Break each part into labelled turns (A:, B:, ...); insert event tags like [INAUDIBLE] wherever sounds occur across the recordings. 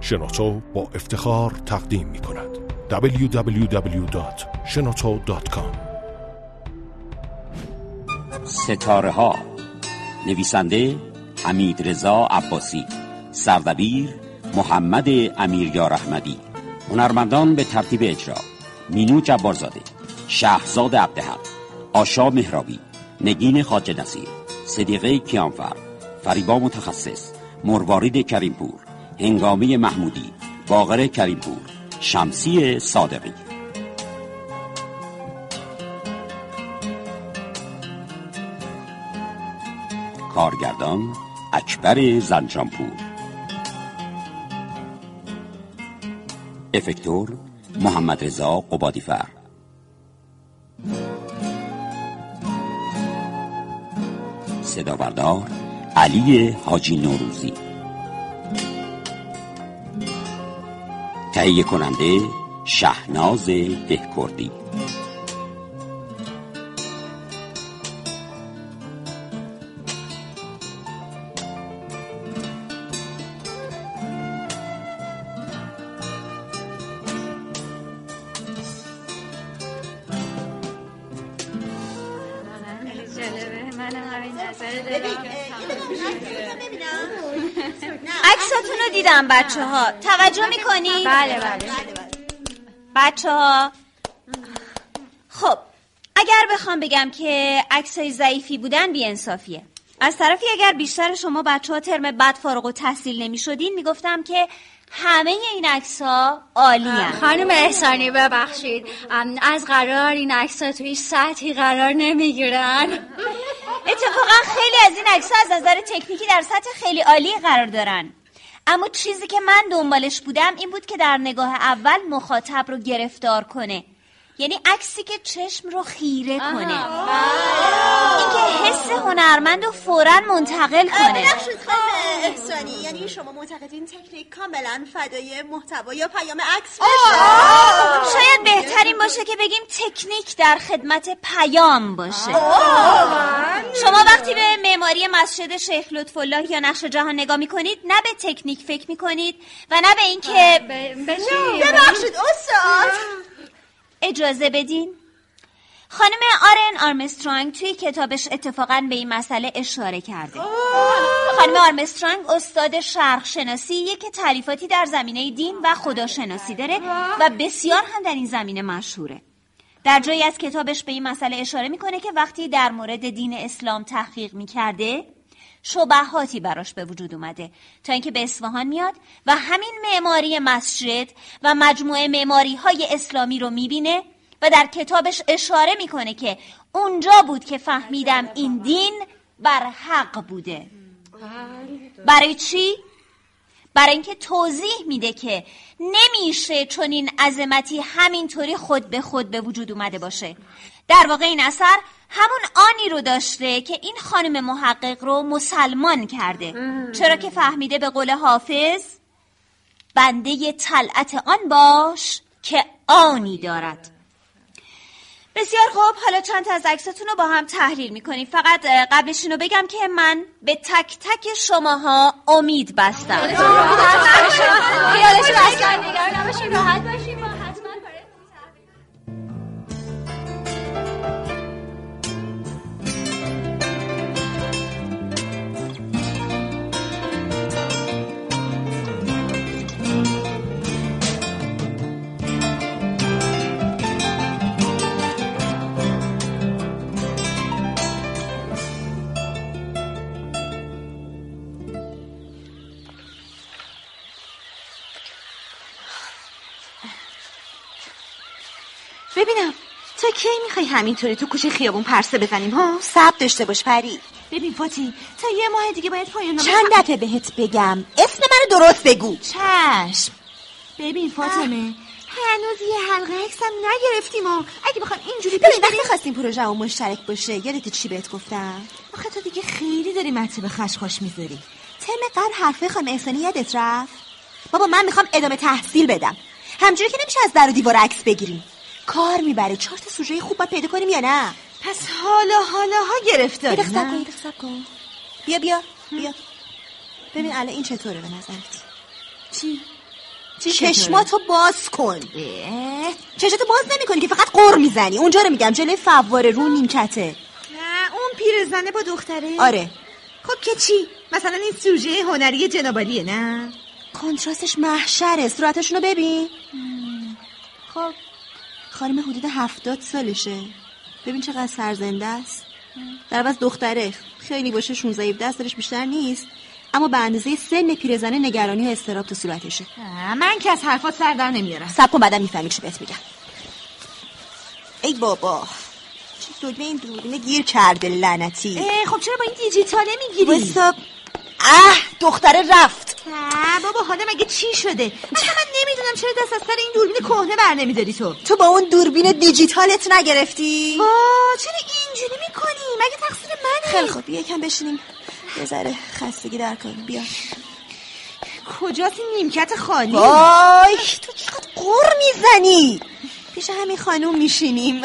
A: شنوتو با افتخار تقدیم می کند www.shenoto.com
B: ستاره ها نویسنده حمید رضا عباسی سردبیر محمد امیریار احمدی هنرمندان به ترتیب اجرا مینو جبارزاده شهرزاد عبدحق آشا مهرابی نگین خاج نصیر صدیقه کیانفر فریبا متخصص مروارید کریمپور هنگامه محمودی باقر کریمپور شمسی صادقی کارگردان اکبر زنجانپور افکتور محمد رضا قبادیفر صداوردار علی حاجی نوروزی تهیه کننده شهناز دهکردی
C: عکساتون رو دیدم بچه ها توجه میکنی؟
D: بله بله
C: بچه ها خب اگر بخوام بگم که عکسای ضعیفی بودن بی انصافیه از طرفی اگر بیشتر شما بچه ها ترم بعد فارغ و تحصیل نمی شدین می گفتم که همه این عکس ها عالی
D: خانم احسانی ببخشید ام، از قرار این عکس توی هیچ سطحی قرار نمیگیرن
C: اتفاقا خیلی از این عکس از نظر تکنیکی در سطح خیلی عالی قرار دارن اما چیزی که من دنبالش بودم این بود که در نگاه اول مخاطب رو گرفتار کنه یعنی عکسی که چشم رو خیره کنه اینکه حس هنرمند رو فورا منتقل کنه
E: ببخشید خانم احسانی یعنی شما معتقدین تکنیک کاملا فدای محتوا یا پیام عکس بشه
C: شاید بهترین باشه که بگیم تکنیک در خدمت پیام باشه شما وقتی به معماری مسجد شیخ لطف الله یا نقش جهان نگاه میکنید نه به تکنیک فکر میکنید و نه به اینکه
D: بله، بشید
E: ببخشید استاد
C: اجازه بدین خانم آرن آرمسترانگ توی کتابش اتفاقا به این مسئله اشاره کرده خانم آرمسترانگ استاد شرق شناسیه که تعریفاتی در زمینه دین و خداشناسی داره و بسیار هم در این زمینه مشهوره در جایی از کتابش به این مسئله اشاره میکنه که وقتی در مورد دین اسلام تحقیق میکرده شبهاتی براش به وجود اومده تا اینکه به اصفهان میاد و همین معماری مسجد و مجموعه معماری های اسلامی رو میبینه و در کتابش اشاره میکنه که اونجا بود که فهمیدم این دین بر حق بوده برای چی؟ برای اینکه توضیح میده که نمیشه چون این عظمتی همینطوری خود به خود به وجود اومده باشه در واقع این اثر همون آنی رو داشته که این خانم محقق رو مسلمان کرده چرا که فهمیده به قول حافظ بنده طلعت آن باش که آنی دارد بسیار خوب حالا چند تا از عکساتون رو با هم تحلیل میکنیم فقط اه، قبلش اینو بگم که من به تک تک شماها امید بستم
D: خیالش بستن نگران نباشین راحت باشین ما حتما کار
F: ببینم تا کی میخوای همینطوری تو کوچه خیابون پرسه بزنیم ها
E: سب داشته باش پری
F: ببین فاتی تا یه ماه دیگه باید پایان نامه
E: چند دفعه بهت بگم اسم منو درست بگو
F: چشم ببین فاطمه هنوز یه حلقه عکسم نگرفتیم ها اگه بخوام اینجوری پیش
E: ببین وقتی خواستیم پروژه و مشترک باشه یادت چی بهت گفتم
F: آخه تو دیگه خیلی داری مطلب خشخاش میذاری
E: ترم قبل حرفه خانم احسانی یادت رفت بابا من میخوام ادامه تحصیل بدم همجوری که نمیشه از در و دیوار عکس بگیریم کار میبره چهار تا سوژه خوب باید پیدا کنیم یا نه
F: پس حالا حالا ها
E: یه
F: گرفتاری
E: دقیقه صبر کن یه دقیقه صبر کن بیا بیا بیا ببین الان این چطوره به نظرت
F: چی؟
E: چشماتو باز کن چشماتو باز نمی کنی که فقط قر میزنی اونجا رو میگم جلوی فواره رو نیمکته
F: نه اون پیرزنه با دختره
E: آره
F: خب که چی مثلا این سوژه هنری جنابالیه نه
E: کنتراستش محشره صورتشونو ببین خب خانم حدود هفتاد سالشه ببین چقدر سرزنده است در عوض دختره خیلی باشه 16 17 سالش بیشتر نیست اما به اندازه سن پیرزنه نگرانی و استراب تو صورتشه
F: آه، من که از حرفات سر در نمیارم
E: سب کن بعدم میفهمی چی بهت میگم ای بابا چه دگمه این دوربینه گیر کرده لعنتی
F: اه، خب چرا با این دیجیتاله میگیری
E: وایسا اه دختره رفت
F: نه بابا حالا مگه چی شده مثلا من نمیدونم چرا دست از سر این دوربین کهنه بر نمیداری تو
E: تو با اون دوربین دیجیتالت نگرفتی
F: وا چرا اینجوری میکنی مگه تقصیر منه
E: خیلی خوب بیا یکم بشینیم یه ذره خستگی در کنیم بیا
F: کجاست این نیمکت خالی
E: وای تو چقدر قر میزنی پیش همین خانوم میشینیم [LAUGHS]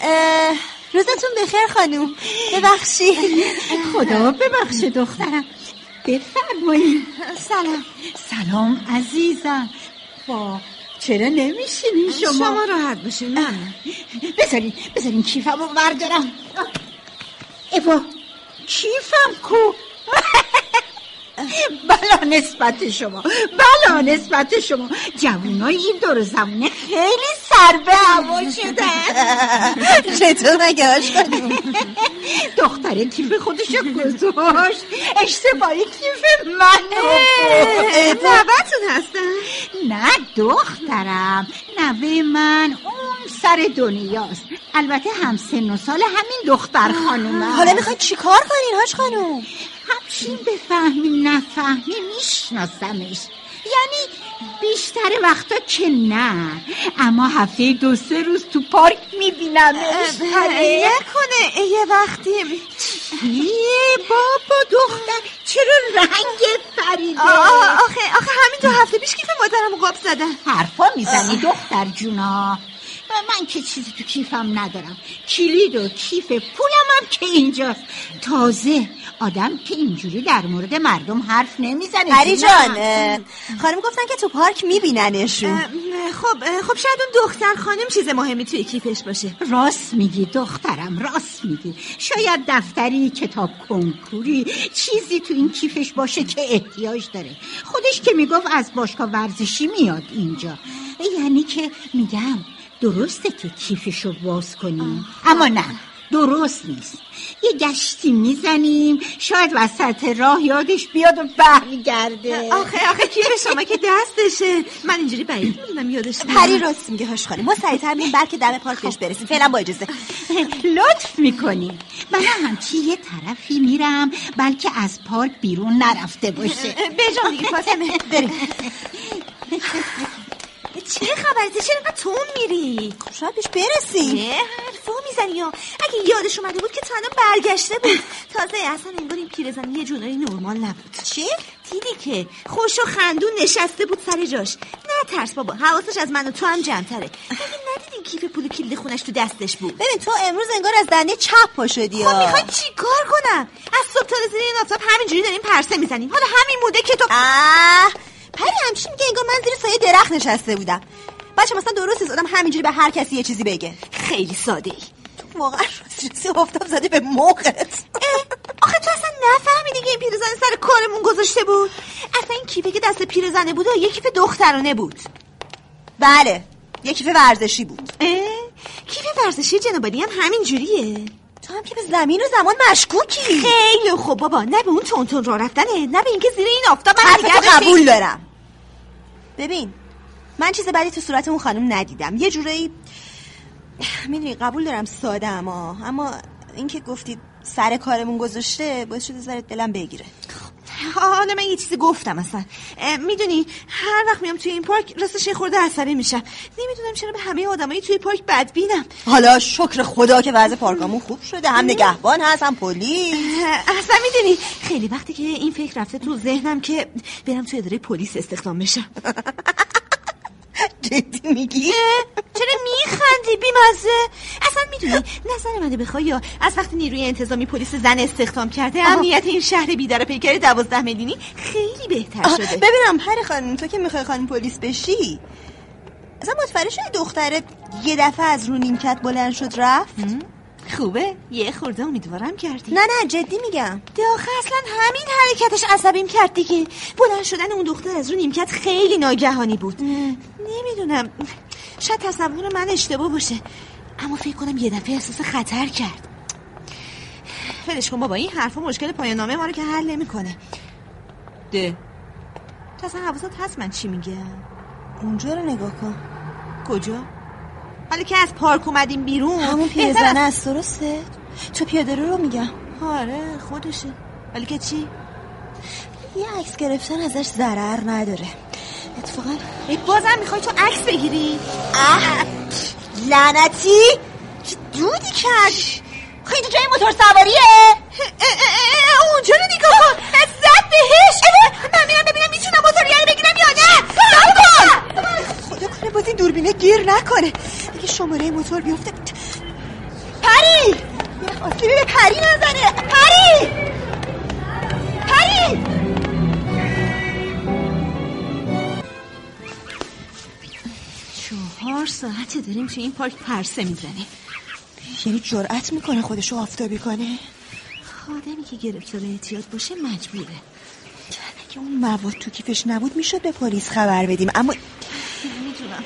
E: اه، روزتون بخیر خانوم ببخشید
G: خدا ببخش دخترم بفرمایید
F: سلام
G: سلام عزیزم با چرا نمیشینی شما
F: شما راحت باشین من
G: بذارین بذارین کیفم رو بردارم ایوا کیفم کو بلا نسبت شما بلا نسبت شما جوانای این دور زمونه خیلی سر به هوا شدن
E: چطور مگه آش خانوم
G: دختره کیف خودشو گذاشت اشتباهی کیف منو
F: نوتون هستم
G: نه دخترم نوه من اون سر دنیاست البته هم سن و سال همین دختر خانومه
E: حالا میخواید چیکار کنین هاش خانوم
G: همچین بفهمی نفهمی میشناسمش یعنی بیشتر وقتا که نه اما هفته دو سه روز تو پارک میبینمش آره.
F: نکنه یه وقتی
G: ای بابا دختر چرا رنگ پریده
F: آه، آخه آخه همین دو هفته پیش کیف مادرم قاب زدن
G: حرفا میزنی دختر جونا و من که چیزی تو کیفم ندارم کلید و کیف پولم هم که اینجاست تازه آدم که اینجوری در مورد مردم حرف نمیزنه
E: پری جان
G: جونم.
E: اه، خانم گفتن که تو پارک میبیننشون
F: اه، خب اه، خب شاید اون دختر خانم چیز مهمی توی کیفش باشه
G: راست میگی دخترم راست میگی شاید دفتری کتاب کنکوری چیزی تو این کیفش باشه که احتیاج داره خودش که میگفت از باشگاه ورزشی میاد اینجا یعنی که میگم درسته که کیفشو باز کنیم اما نه درست نیست یه گشتی میزنیم شاید وسط راه یادش بیاد و برگرده
F: آخه آخه کیف شما که دستشه من اینجوری بعید میدونم یادش بیاد.
E: پری راست میگه هاش خانم ما سریعتر میریم بلکه دم پارک بهش برسیم فعلا با اجازه
G: لطف میکنی من هم که یه طرفی میرم بلکه از پارک بیرون نرفته باشه
F: بجام دیگه فاطمه بریم چه خبرته چرا اینقدر تون میری
E: شاید بهش برسیم
F: یه حرفو میزنی یا اگه یادش اومده بود که تا الان برگشته بود تازه اصلا انگار این پیرزن یه جورایی نرمال نبود چی دیدی که خوش و خندون نشسته بود سر جاش نه ترس بابا حواسش از من و تو هم جمعتره مگه ندیدین کیف پول و کلید خونش تو دستش بود
E: ببین تو امروز انگار از دنده چپ پا شدی
F: خب
E: ها.
F: میخوای چیکار کنم از صبح تا زیر این آفتاب همینجوری داریم پرسه میزنیم حالا همین موده که تو
E: اه پری همچین میگه انگار من زیر سایه درخت نشسته بودم بچه مثلا درست نیست آدم همینجوری به هر کسی یه چیزی بگه
F: خیلی ساده ای
E: تو واقعا راست رسی آفتاب زده به موقعت
F: آخه تو اصلا نفهمیدی که این پیرزن سر کارمون گذاشته بود اصلا این کیفه که دست پیرزنه بود و یه کیف دخترانه بود
E: بله یه کیف ورزشی بود
F: اه، کیف ورزشی جنابالی هم همین جوریه
E: تو هم که به زمین و زمان مشکوکی
F: خیلی خوب بابا نه به اون تونتون را رفتنه نه به اینکه زیر این آفتاب من
E: حرف
F: نگه
E: تو
F: داشته.
E: قبول دارم ببین من چیز بدی تو صورت اون خانم ندیدم یه جورایی میدونی قبول دارم ساده اما اما اینکه گفتید سر کارمون گذاشته باعث شده ذره دلم بگیره
F: آه، خب، حالا من یه چیزی گفتم اصلا اه، میدونی هر وقت میام توی این پارک راستش یه خورده عصبی میشم نمیدونم چرا به همه آدمایی توی پارک بدبینم
E: حالا شکر خدا که وضع پارکامون خوب شده هم نگهبان هست هم پلیس
F: اه، اصلا میدونی خیلی وقتی که این فکر رفته تو ذهنم که برم تو اداره پلیس استخدام بشم
E: جدی میگی؟
G: چرا میخندی بیمزه اصلا میدونی نظر منو بخوای یا از وقتی نیروی انتظامی پلیس زن استخدام کرده امنیت این شهر بیدار پیکر دوازده میلیونی خیلی بهتر
E: آه،
G: شده
E: ببینم پری خانم تو که میخوای خانم پلیس بشی اصلا متفره شدی دختره یه دفعه از رو نیمکت بلند شد رفت
G: خوبه یه خورده امیدوارم کردی
E: نه نه جدی میگم
G: آخه اصلا همین حرکتش عصبیم کرد دیگه بلند شدن اون دختر از رو نیمکت خیلی ناگهانی بود نمیدونم شاید تصور من اشتباه باشه اما فکر کنم یه دفعه احساس خطر کرد ولش کن بابا این حرفا مشکل پایان نامه ما رو که حل نمیکنه ده تو اصلا حواست هست من چی میگم
E: اونجا رو نگاه کن
G: کجا حالا که از پارک اومدیم بیرون
E: همون
G: بهتر
E: پیرزنه است درسته تو پیاده رو رو میگم
G: از- آره خودشه ولی که چی
E: یه عکس گرفتن ازش ضرر نداره اتفاقا
G: ای، بازم میخوای تو عکس بگیری
E: اه لعنتی چه دودی کرد خیلی جای موتور سواریه اونجا رو نگاه کن زد بهش من میرم ببینم میتونم موتوریه رو بگیرم یا نه خدا کنه باز این دوربینه گیر نکنه اگه شماره موتور بیفته پری یه آسیبی به پری نزنه پری پری
G: چهار ساعته داریم توی این پارک پرسه میزنیم
E: یعنی جرأت میکنه خودشو آفتابی کنه
G: آدمی که گرفتار اعتیاد باشه مجبوره
E: اگه اون مواد تو کیفش نبود میشد به پلیس خبر بدیم اما
G: نمیدونم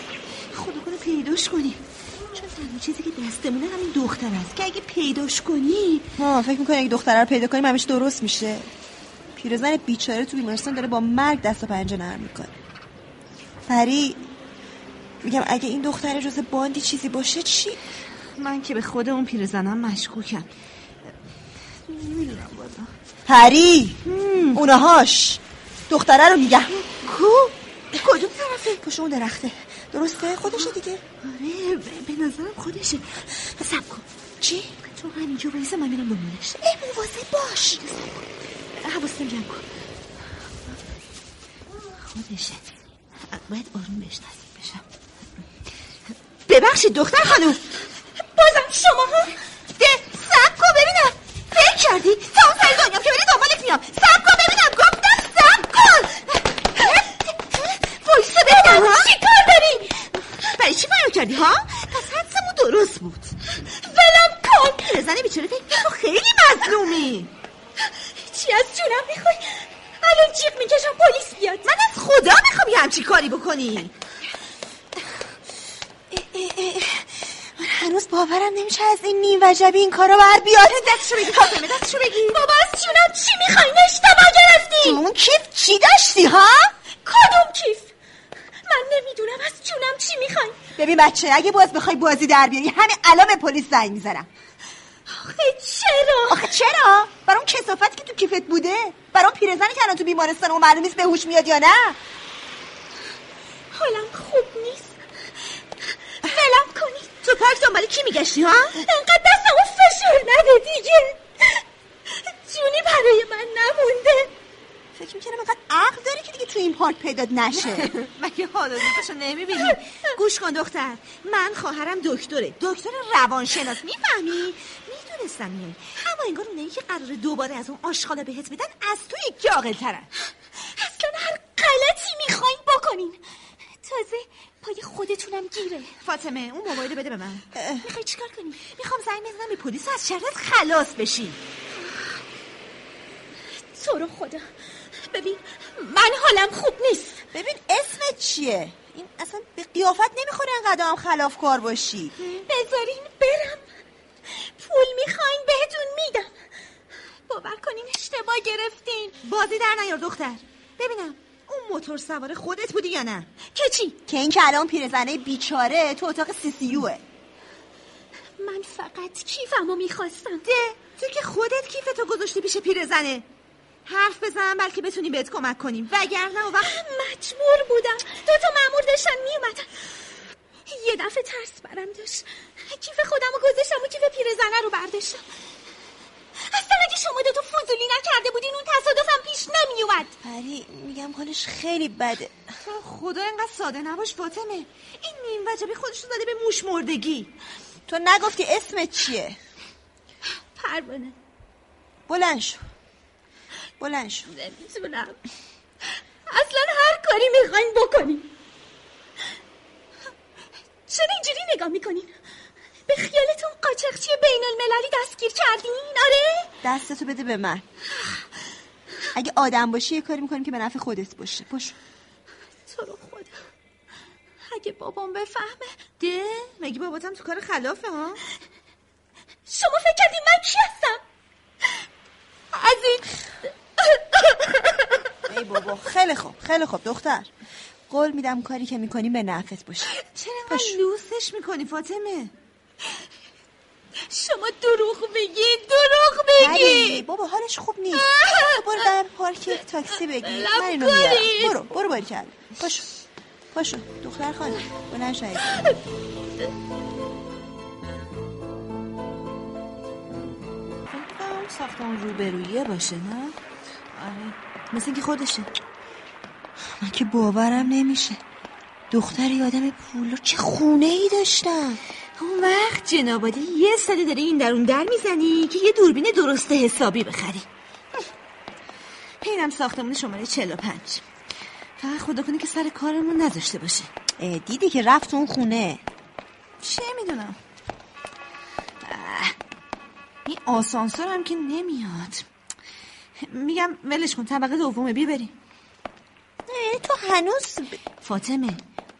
G: خدا کنه پیداش کنیم چون تنها چیزی که دستمونه همین دختر است که اگه پیداش کنی
E: ها فکر میکنه اگه دختره رو پیدا کنیم همش درست میشه پیرزن بیچاره تو بیمارستان داره با مرگ دست و پنجه نرم میکنه پری میگم اگه این دختره جز باندی چیزی باشه چی
G: من که به خود اون پیرزنم مشکوکم نمیدونم بازم
E: پری اونهاش دختره رو میگم
G: کو کدوم طرفه
E: پشت اون درخته درسته خودشه دیگه
G: آره ب- به نظرم خودشه سب کن
E: چی
G: تو همینجا وایسه من میرم دنبالش
E: امروز واسه باش
G: حواستم جمع کن خودشه باید آروم بهش نزدیک بشم
E: ببخشید دختر خانم
G: بازم شما ها ده سب کن ببینم فکر کردی تا اون سر دنیا که بری دنبالت میام سب کن ببینم گفتم سب کن وایسا ببینم چی کار داری برای چی فرار کردی ها پس حدسمون درست بود ولم کن زنه بیچاره فکر تو خیلی مظلومی چی از جونم میخوای الان جیغ میکشم پلیس بیاد من از خدا میخوام یه همچی کاری بکنی
E: من هنوز باورم نمیشه از این نیم وجبی این کارا بر بیاره
G: دستشو بگی فاطمه دستشو بگی بابا از جونم چی میخوای نشتبا گرفتی
E: تو خب، اون کیف چی داشتی ها
G: کدوم کیف من نمیدونم از جونم چی میخوای
E: ببین بچه اگه باز بخوای بازی در بیاری همین الان به پلیس زنگ میزنم
G: آخه چرا
E: آخه چرا برای اون کسافت که تو کیفت بوده برای اون پیرزنی که الان تو بیمارستان اون معلوم نیست به هوش میاد یا نه
G: حالم خوب نیست ولم کنید تو پارک دنبال کی میگشتی ها انقدر دست اون فشار نده دیگه جونی برای من نمونده
E: فکر میکنم اینقدر عقل داری که دیگه تو این پارک پیدات نشه
G: [LAUGHS] مگه حالا دوستشو نمیبینی گوش کن دختر من خواهرم دکتره دکتر روانشناس میفهمی میدونستم میای اما انگار اونایی که قراره دوباره از اون آشغالا بهت بدن از تو یکی عاقل ترن
C: اصلا هر غلطی میخواین بکنین تازه پای خودتونم گیره
G: فاطمه اون موبایل رو بده به من
C: میخوای چیکار کنی
G: میخوام زنگ بزنم به پلیس و از شرت خلاص بشی
C: تو رو خدا ببین من حالم خوب نیست
E: ببین اسمت چیه این اصلا به قیافت نمیخوره انقدر هم خلافکار باشی
C: بذارین برم پول میخواین بهتون میدم باور کنین اشتباه گرفتین
G: بازی در نیار دختر ببینم اون موتور سوار خودت بودی یا نه
C: که چی
E: که این که الان پیرزنه بیچاره تو اتاق سی سی یوه.
C: من فقط کیفمو میخواستم
G: ده تو که خودت کیفتو گذاشتی پیش پیرزنه حرف بزن بلکه بتونی بهت کمک کنیم وگرنه اون وقت
C: مجبور بودم دو تا مامور داشتن میومدن یه دفعه ترس برم داشت کیف خودم رو گذاشتم و کیف پیرزنه رو برداشتم اصلا اگه
G: اگه شما دو تا فضولی نکرده بودین اون تصادفم پیش نمی اومد
E: پری میگم حالش خیلی بده
G: خدا اینقدر ساده نباش فاطمه این نیم وجبی خودش رو داده به موش مردگی
E: تو نگفتی اسمت چیه
G: پروانه
E: بلند شو بلند شو
G: نمیتونم اصلا هر کاری میخواین بکنین چرا اینجوری نگاه میکنین به خیالتون قاچاقچی بین المللی دستگیر کردین آره
E: دستتو بده به من اگه آدم باشی یه کاری میکنیم که به نفع خودت باشه پشو
G: تو رو خدا اگه بابام بفهمه ده مگه باباتم تو کار خلافه ها شما فکر کردین من کی هستم از این
E: ای بابا خیلی خوب خیلی خوب دختر قول میدم کاری که میکنیم به نفعت باشه
G: چرا اینقدر لوسش میکنی فاطمه شما دروغ میگی دروغ
E: پری
G: میگی
E: بله، بابا حالش خوب نیست تو برو در پارک تاکسی بگیر من اینو میارم برو برو باری کرد پاشو پاشو دختر خانم بلند شو عزیزم.
G: اون ساختمون روبرویه باشه نه آره
E: مثل اینکه خودشه من که باورم نمیشه دختر یادم پولو چه خونه ای داشتم
G: اون وقت جنابادی یه ساله داری این درون در میزنی که یه دوربین درست حسابی بخری اینم ساختمون شماره 45 فقط خدا کنه که سر کارمون نذاشته باشه
E: اه، دیدی که رفت اون خونه
G: چه میدونم این آسانسور هم که نمیاد میگم ولش کن طبقه دومه بیا بریم
E: اه، تو هنوز
G: فاطمه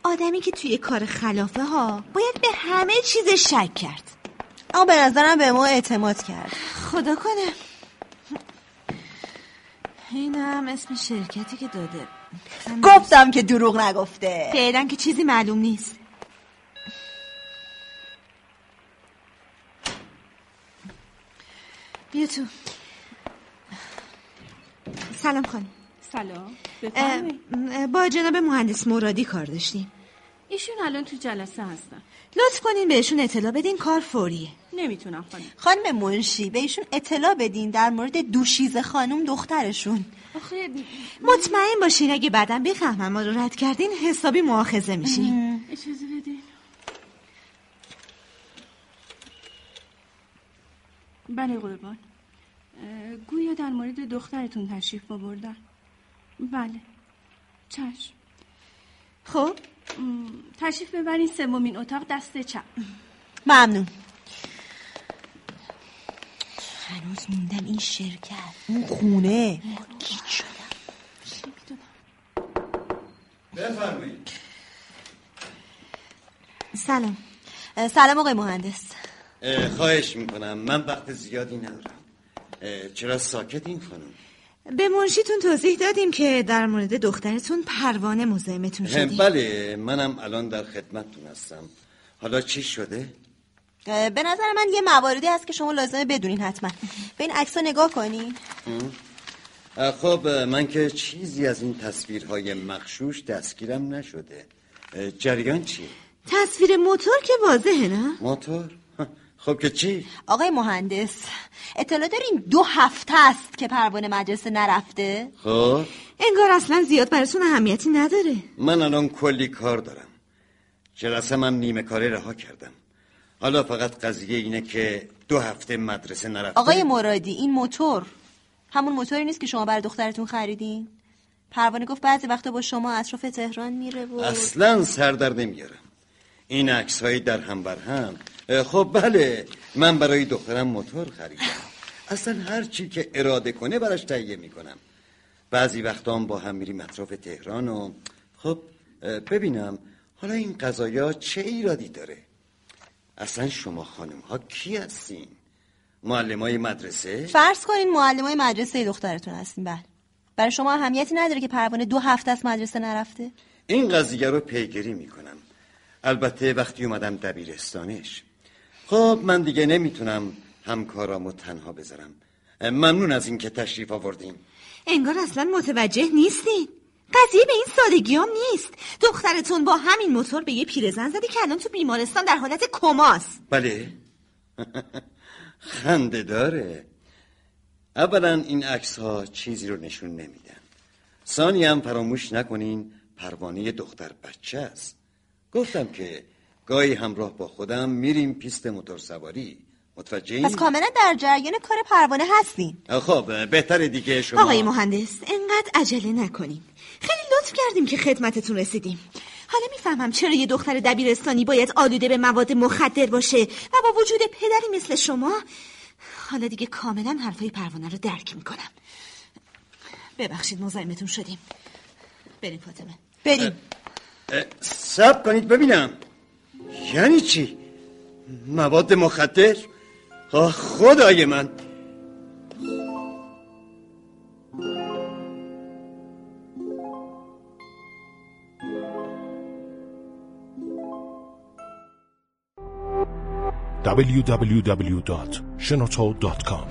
G: آدمی که توی کار خلافه ها باید به همه چیز شک کرد
E: اما به نظرم به ما اعتماد کرد
G: خدا کنه اینم اسم شرکتی که داده
E: گفتم که دروغ نگفته
G: فعلا که چیزی معلوم نیست بیا تو سلام خانم
D: سلام
G: اه،
E: بله.
D: بفرمایید
G: اه، با جناب مهندس مرادی کار داشتیم
D: ایشون الان تو جلسه هستن
G: لطف کنین بهشون اطلاع بدین کار فوریه
D: نمیتونم خانم
E: خانم منشی به ایشون اطلاع بدین در مورد دوشیز خانم دخترشون
D: آخه
G: مطمئن باشین اگه بعدا بفهمم ما رو رد کردین حسابی معاخزه میشین
D: اجازه بدین بله قربان اه، گویا در مورد دخترتون تشریف آوردن بله چشم
G: خب
D: م، تشریف ببرین سومین اتاق دست چپ
F: خب،
E: ممنون هنوز موندم این شرکت اون خونه گیت شدم
G: سلام
E: اه، سلام آقای مهندس
H: اه، خواهش میکنم من وقت زیادی ندارم اه، چرا ساکتین خانم
G: به منشیتون توضیح دادیم که در مورد دخترتون پروانه مزاحمتون
H: اه،
G: شدیم
H: بله منم الان در خدمتتون هستم حالا چی شده؟
E: اه، به نظر من یه مواردی هست که شما لازمه بدونین حتما به این عکس نگاه کنین
H: اه، خب اه، من که چیزی از این تصویرهای مخشوش دستگیرم نشده اه، جریان چیه؟
G: تصویر موتور که واضحه نه
H: موتور؟ ها، خب که چی؟
E: آقای مهندس اطلاع دارین دو هفته است که پروانه مدرسه نرفته
H: خب
G: انگار اصلا زیاد براتون اهمیتی نداره
H: من الان کلی کار دارم جلسه من نیمه کاره رها کردم حالا فقط قضیه اینه که دو هفته مدرسه نرفته
E: آقای مرادی این موتور همون موتوری نیست که شما برای دخترتون خریدین پروانه گفت بعضی وقتا با شما اطراف تهران میره و
H: اصلا سر در نمیارم این عکس های در هم بر هم اه، خب بله من برای دخترم موتور خریدم اصلا هر چی که اراده کنه براش تهیه میکنم بعضی وقتا هم با هم میریم اطراف تهران و خب اه، ببینم حالا این قضایا چه ایرادی داره اصلا شما خانم ها کی هستین معلم های مدرسه
E: فرض کنین معلم های مدرسه دخترتون هستین بله برای شما اهمیتی نداره که پروانه دو هفته از مدرسه نرفته [LAUGHS]
H: این قضیه رو پیگیری میکنم البته وقتی اومدم دبیرستانش خب من دیگه نمیتونم همکارامو تنها بذارم ممنون از اینکه تشریف آوردیم
G: انگار اصلا متوجه نیستین قضیه به این سادگی هم نیست دخترتون با همین موتور به یه پیرزن زده که الان تو بیمارستان در حالت
H: [LAUGHS]
G: کماست
H: بله خنده داره اولا این عکس ها چیزی رو نشون نمیدن ثانی هم فراموش نکنین پروانه دختر بچه است گفتم که گاهی همراه با خودم میریم پیست موتورسواری متوجه
E: پس کاملا در جریان کار پروانه هستیم
H: خب بهتر دیگه شما
F: آقای مهندس انقدر عجله نکنیم خیلی لطف کردیم که خدمتتون رسیدیم حالا میفهمم چرا یه دختر دبیرستانی باید آلوده به مواد مخدر باشه و با وجود پدری مثل شما حالا دیگه کاملا حرفای پروانه رو درک میکنم ببخشید مزاحمتون شدیم بریم فاطمه
E: بریم
H: اه، سب کنید ببینم یعنی چی مواد مخدر آه خدای من
A: www.shenoto.com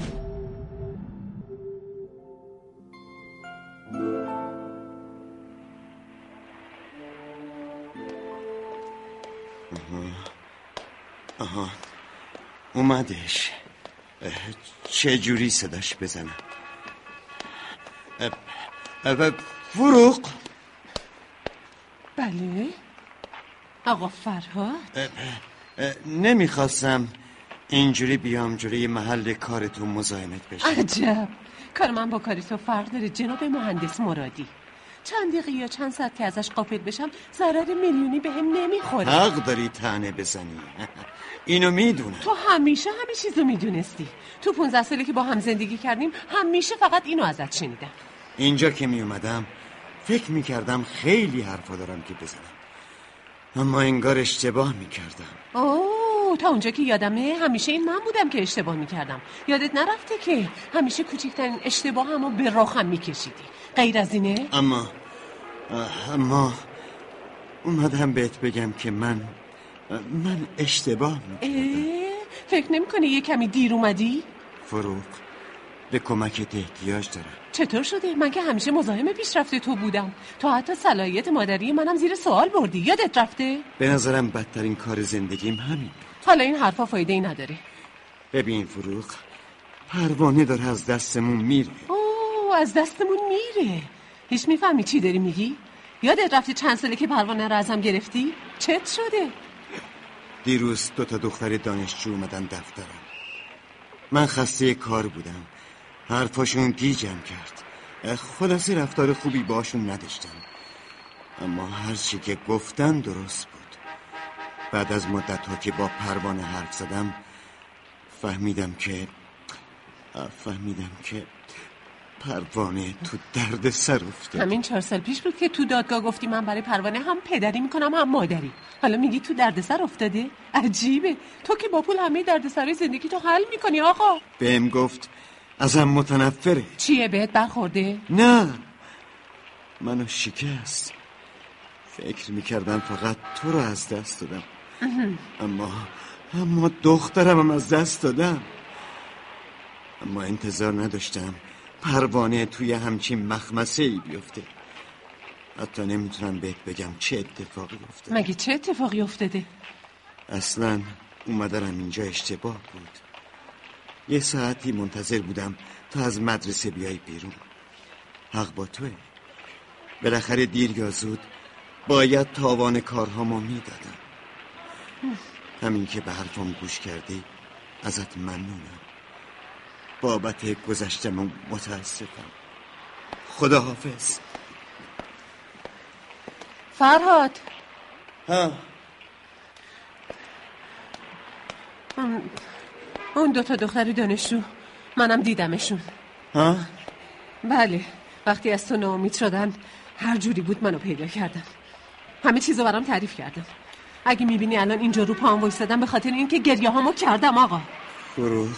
H: اومدش اه، چه جوری صداش بزنم اه، اه، فروغ
I: بله آقا فرهاد
H: اه، نمیخواستم اینجوری بیام جلوی محل کارتون مزاحمت بشم
I: عجب کار من با کاری تو فرق داره جناب مهندس مرادی چند دقیقه یا چند ساعت که ازش قافل بشم ضرر میلیونی به هم نمیخوره
H: حق داری تنه بزنی [LAUGHS] اینو میدونم
I: تو همیشه همه چیزو میدونستی تو 15 سالی که با هم زندگی کردیم همیشه فقط اینو ازت شنیدم
H: اینجا که میومدم فکر میکردم خیلی حرفا دارم که بزنم اما انگار اشتباه میکردم
I: اوه تا اونجا که یادمه همیشه این من بودم که اشتباه میکردم یادت نرفته که همیشه کوچکترین اشتباه همو به رخم میکشیدی غیر از اینه
H: اما اما اومدم بهت بگم که من من اشتباه میکنم
I: اه، فکر نمیکنه یه کمی دیر اومدی؟
H: فروغ به کمکت احتیاج دارم
I: چطور شده؟ من که همیشه مزاحم پیشرفت تو بودم تا حتی صلاحیت مادری منم زیر سوال بردی یادت رفته؟
H: به نظرم بدترین کار زندگیم همین بود.
I: حالا این حرفا فایده ای نداره
H: ببین فروغ پروانه داره از دستمون میره
I: اوه از دستمون میره هیچ میفهمی چی داری میگی؟ یادت رفته چند ساله که پروانه رو ازم گرفتی؟ چت شده؟
H: دیروز دو تا دختر دانشجو اومدن دفترم من خسته کار بودم حرفاشون گیجم کرد خلاصه رفتار خوبی باشون نداشتم اما هرچی که گفتن درست بود بعد از مدت ها که با پروانه حرف زدم فهمیدم که فهمیدم که پروانه تو درد سر افتاد
I: همین چهار سال پیش بود که تو دادگاه گفتی من برای پروانه هم پدری میکنم هم مادری حالا میگی تو دردسر افتاده عجیبه تو که با پول همه دردسرای زندگی تو حل میکنی آقا
H: بهم گفت ازم متنفره
I: چیه بهت برخورده
H: نه منو شکست فکر میکردم فقط تو رو از دست دادم اما اما دخترمم از دست دادم اما انتظار نداشتم پروانه توی همچین مخمسه ای بیفته حتی نمیتونم بهت بگم چه اتفاقی افتاد
I: مگه چه اتفاقی افتاده
H: اصلا اومدنم اینجا اشتباه بود یه ساعتی منتظر بودم تا از مدرسه بیای بیرون حق با توه بالاخره دیر یا زود باید تاوان کارهامو میدادم همین که به حرفم گوش کردی ازت ممنونم بابت گذشتم و متاسفم خداحافظ
I: فرهاد
H: ها
I: ام، اون دوتا دختر دانشجو منم دیدمشون
H: ها
I: بله وقتی از تو ناامید شدن هر جوری بود منو پیدا کردن همه چیزو برام تعریف کردن اگه میبینی الان اینجا رو پام وایستادم به خاطر اینکه گریه هامو کردم آقا
H: فروغ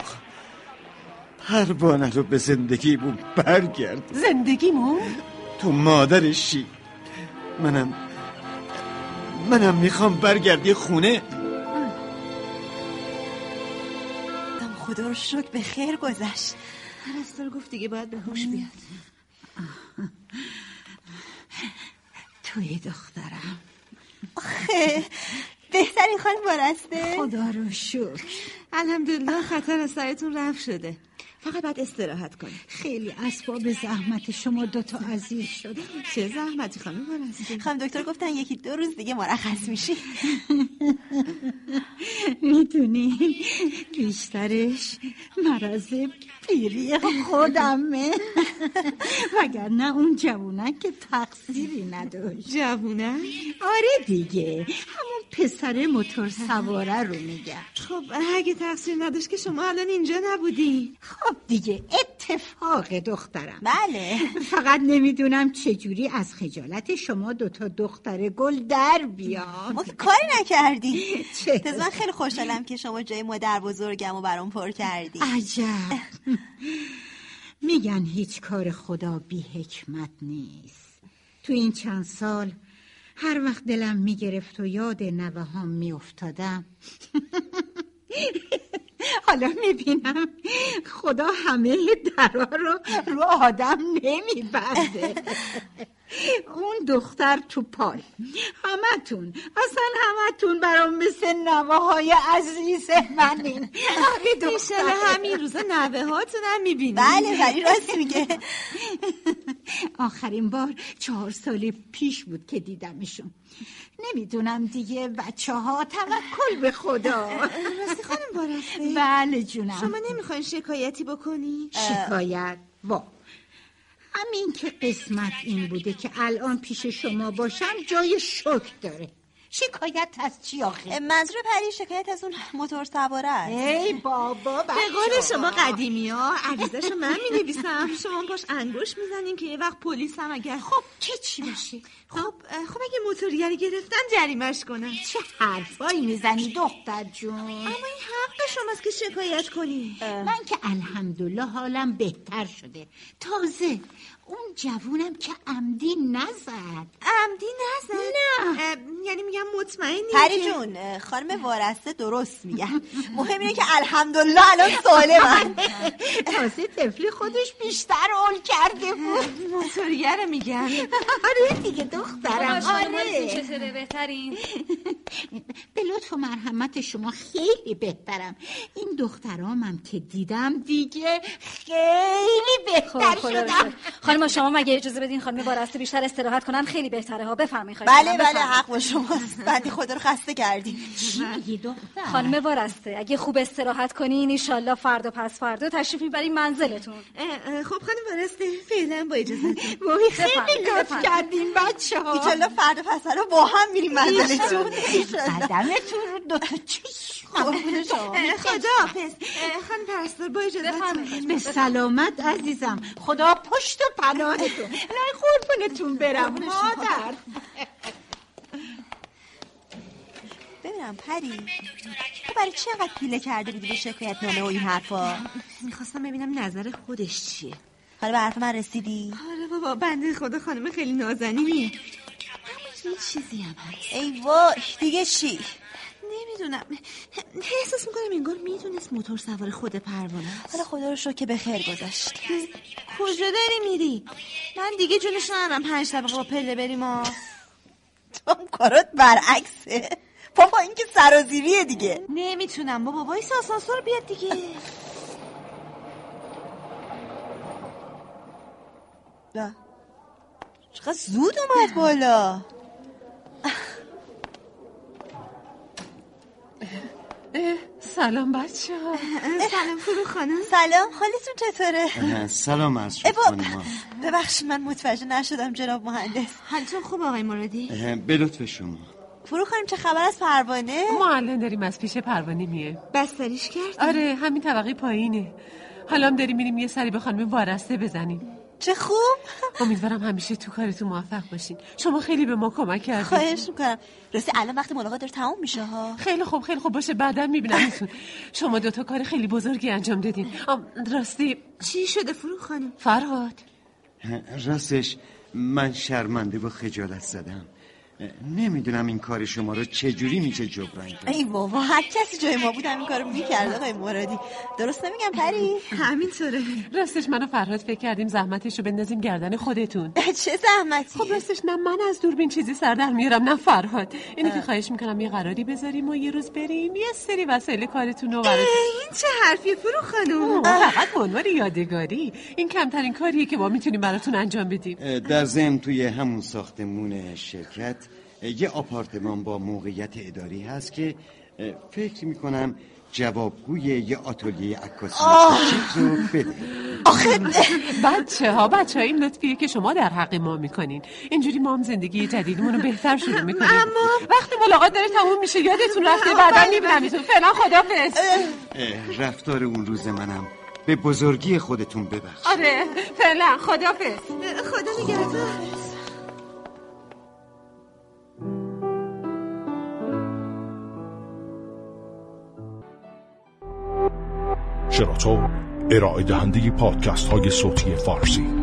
H: پروانه رو به زندگیمون برگرد
I: زندگیمون
H: تو مادرشی منم منم میخوام برگردی خونه
E: آدم خدا رو شکر به خیر گذشت
F: پرستار گفت دیگه باید به هوش بیاد
G: توی دخترم
E: آخه بهترین خانم وارسته
G: خدا رو شکر
F: الحمدلله خطر از سرتون رفت شده
E: فقط باید استراحت کنی
G: خیلی اسباب زحمت شما دوتا عزیز شد
E: چه زحمتی خانم پرستی خانم دکتر گفتن یکی دو روز دیگه مرخص میشی
G: میدونی بیشترش مرض پیری خودمه وگرنه اون جوونه که تقصیری نداشت
E: جوونه؟
G: آره دیگه همون پسر موتور سواره رو میگم
E: خب اگه تقصیر نداشت که شما الان اینجا نبودی
G: خب دیگه اتفاق دخترم
E: بله
G: فقط نمیدونم چجوری از خجالت شما دوتا دختر گل در بیام
E: ما که کاری نکردی
G: چه؟
E: تازه من خیلی خوشحالم که شما جای مادر بزرگم و برام پر کردی
G: عجب [LAUGHS] میگن هیچ کار خدا بی حکمت نیست تو این چند سال هر وقت دلم میگرفت و یاد نوه هم میافتادم حالا میبینم خدا همه درا رو رو آدم نمیبنده اون دختر تو پای همتون اصلا همتون برام مثل نواهای عزیز
E: [LAUGHS]
G: منین آره دختر
E: انشالله همین روزا نوه هاتونم میبینی
G: بله،
E: ولی راست میگه
G: آخرین بار چهار سال پیش بود که دیدمشون نمیدونم دیگه بچه ها توکل به خدا
E: راستی خانم بارسته
G: بله جونم
E: شما نمیخواین شکایتی بکنی
G: شکایت با همین که قسمت این بوده که الان پیش شما باشم جای شک داره شکایت از چی آخه
E: منظور پری شکایت از اون موتور سواره است
G: ای بابا
E: به قول شما
G: بچه‌ها.
E: قدیمی ها عریضشو من می شما هم پاش انگوش میزنین که یه وقت پلیس هم اگر خب
G: که چی میشه
E: خب اه، خب اگه موتورگر گرفتن جریمش کنن
G: چه حرفایی میزنی دختر جون
E: اما این حق شماست که شکایت کنی
G: من که الحمدلله حالم بهتر شده تازه اون جوونم که عمدی نزد
E: عمدی نزد نه یعنی میگم مطمئنی
F: پری جون اه، خانم وارسته درست میگن مهم اینه که الحمدلله الان سالمن
E: [LAUGHS]
G: تازه طفل خودش بیشتر اول کرده بود
E: موتورگر میگن
G: آره دیگه
D: بابا،
G: دخترم
D: شما حالتون
G: آره
D: چطوره بهترین
G: به لطف و مرحمت شما خیلی بهترم این دخترامم که دیدم دیگه خیلی بهتر
D: خب، خدا رو شکر.
G: شدم
D: خانم شما مگه اجازه بدین خانم بارسته بیشتر استراحت کنن خیلی بهتره ها بفرمایید خواهش
F: بله
D: می‌کنم،
F: بله
D: بفرمایید.
F: حق با شماست بنده خدا رو خسته کردیم
G: چی میگی دختر
D: خانم وارسته اگه خوب استراحت کنین ایشالله فردا پس فردا تشریف میبرین منزلتون
E: خب خانم برسته فعلا با اجازه
G: وای خیلی
D: بفرمایید،
G: لطف
D: بفرمایید.
G: کردین بچه ها
F: ایشالله فردا پسر رو با هم میریم منزلشون
G: بله. قدمتون رو دوتا چشم
E: خدا پس اه، خانم پرستار با اجازه
G: به سلامت عزیزم خدا پشت و پناهتون نه قربونتون برم خب، مادر
F: ببینم پری تو برای چه اینقدر پیله کرده بودی به شکایت نامه و این حرفا
E: میخواستم ببینم نظر خودش چیه
F: حالا به حرف من رسیدی
E: آره بابا بنده خدا خانم خیلی نازنینیه آره، اما یه چیزی هم هست
F: ای وای دیگه چی
E: نمیدونم احساس میکنم انگار میدونست موتور سوار خود پروانه
F: حالا خدا رو شکر که به خیر گذشت
E: کجا داری میری من دیگه جونش ندارم پنج طبقه با پله بریم آ
F: تو هم کارات برعکسه بابا این که سرازیریه دیگه
E: نمیتونم بابا وایس آسانسور بیاد دیگه
F: نه. چقدر زود اومد بالا
I: سلام بچه ها
E: سلام فرو خانم
F: سلام حالتون چطوره
H: اه، سلام از شد
F: ای بابا.
H: خانما
F: ببخشید من متوجه نشدم جناب مهندس
E: حالتون خوب آقای مرادی
H: اه، به لطف شما
F: فرو خانم چه خبر از پروانه
I: ما الان داریم از پیش پروانه میه
E: بستریش کرد
I: آره همین طبقه پایینه حالا هم داریم میریم یه سری به خانم وارسته بزنیم
F: چه خوب
I: امیدوارم همیشه تو کارتون موفق باشین شما خیلی به ما کمک کردین
F: خواهش میکنم راستی الان وقت ملاقات داره تمام میشه ها
I: خیلی خوب خیلی خوب باشه بعدا میبینمتون شما دوتا کار خیلی بزرگی انجام دادین آم، راستی
E: چی شده فرو خانم
I: فرهاد
H: اه، راستش من شرمنده و خجالت زدم نمیدونم این کار شما رو چجوری میشه جبران کنم
E: ای بابا هر کسی جای ما بود همین کارو میکرد آقای مرادی درست نمیگم پری همینطوره
I: راستش منو فرهاد فکر کردیم زحمتش رو بندازیم گردن خودتون
E: [LAUGHS] چه زحمتی
I: خب راستش نه من از دوربین چیزی سر در میارم نه فرهاد اینه که خواهش میکنم یه قراری بذاریم و یه روز بریم یه سری وسایل کارتون رو براتون
F: این چه حرفی فرو خانم
I: آه، فقط به عنوان یادگاری این کمترین کاریه که ما میتونیم براتون انجام بدیم
H: در ضمن توی همون ساختمون شرکت یه آپارتمان با موقعیت اداری هست که فکر میکنم جوابگوی یه آتلیه عکاسی چیز رو بده
I: بچه ها بچه ها این لطفیه که شما در حق ما میکنین اینجوری ما هم زندگی جدیدمون رو بهتر شروع میکنیم وقتی ملاقات داره تموم میشه یادتون رفته بعدا میبینمتون فعلا خدافز
H: اه، رفتار اون روز منم به بزرگی خودتون ببخش
I: آره فعلا خدافز
F: خدا نگهدار
A: شراطو ارائه دهنده پادکست های صوتی فارسی